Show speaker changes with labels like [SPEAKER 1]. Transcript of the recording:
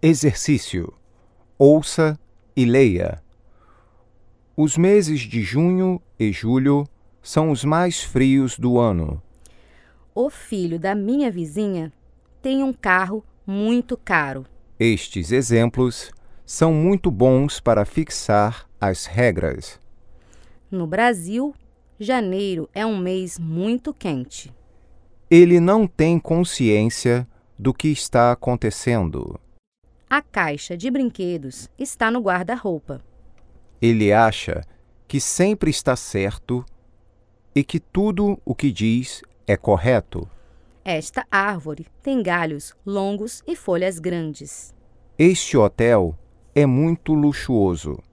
[SPEAKER 1] Exercício: ouça e leia. Os meses de junho e julho são os mais frios do ano.
[SPEAKER 2] O filho da minha vizinha tem um carro muito caro.
[SPEAKER 1] Estes exemplos são muito bons para fixar as regras.
[SPEAKER 2] No Brasil, janeiro é um mês muito quente.
[SPEAKER 1] Ele não tem consciência do que está acontecendo.
[SPEAKER 2] A caixa de brinquedos está no guarda-roupa.
[SPEAKER 1] Ele acha que sempre está certo e que tudo o que diz é correto.
[SPEAKER 2] Esta árvore tem galhos longos e folhas grandes.
[SPEAKER 1] Este hotel é muito luxuoso.